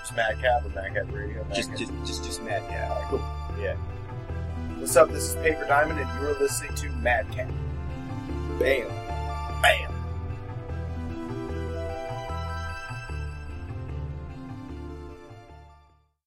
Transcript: Just Mad Cab or Mad Cab Radio. Mad Just, Cab. just, just, just mad. Yeah. All right, cool. What's up? This is Paper Diamond, and you are listening to Mad Cab. Bam. Bam.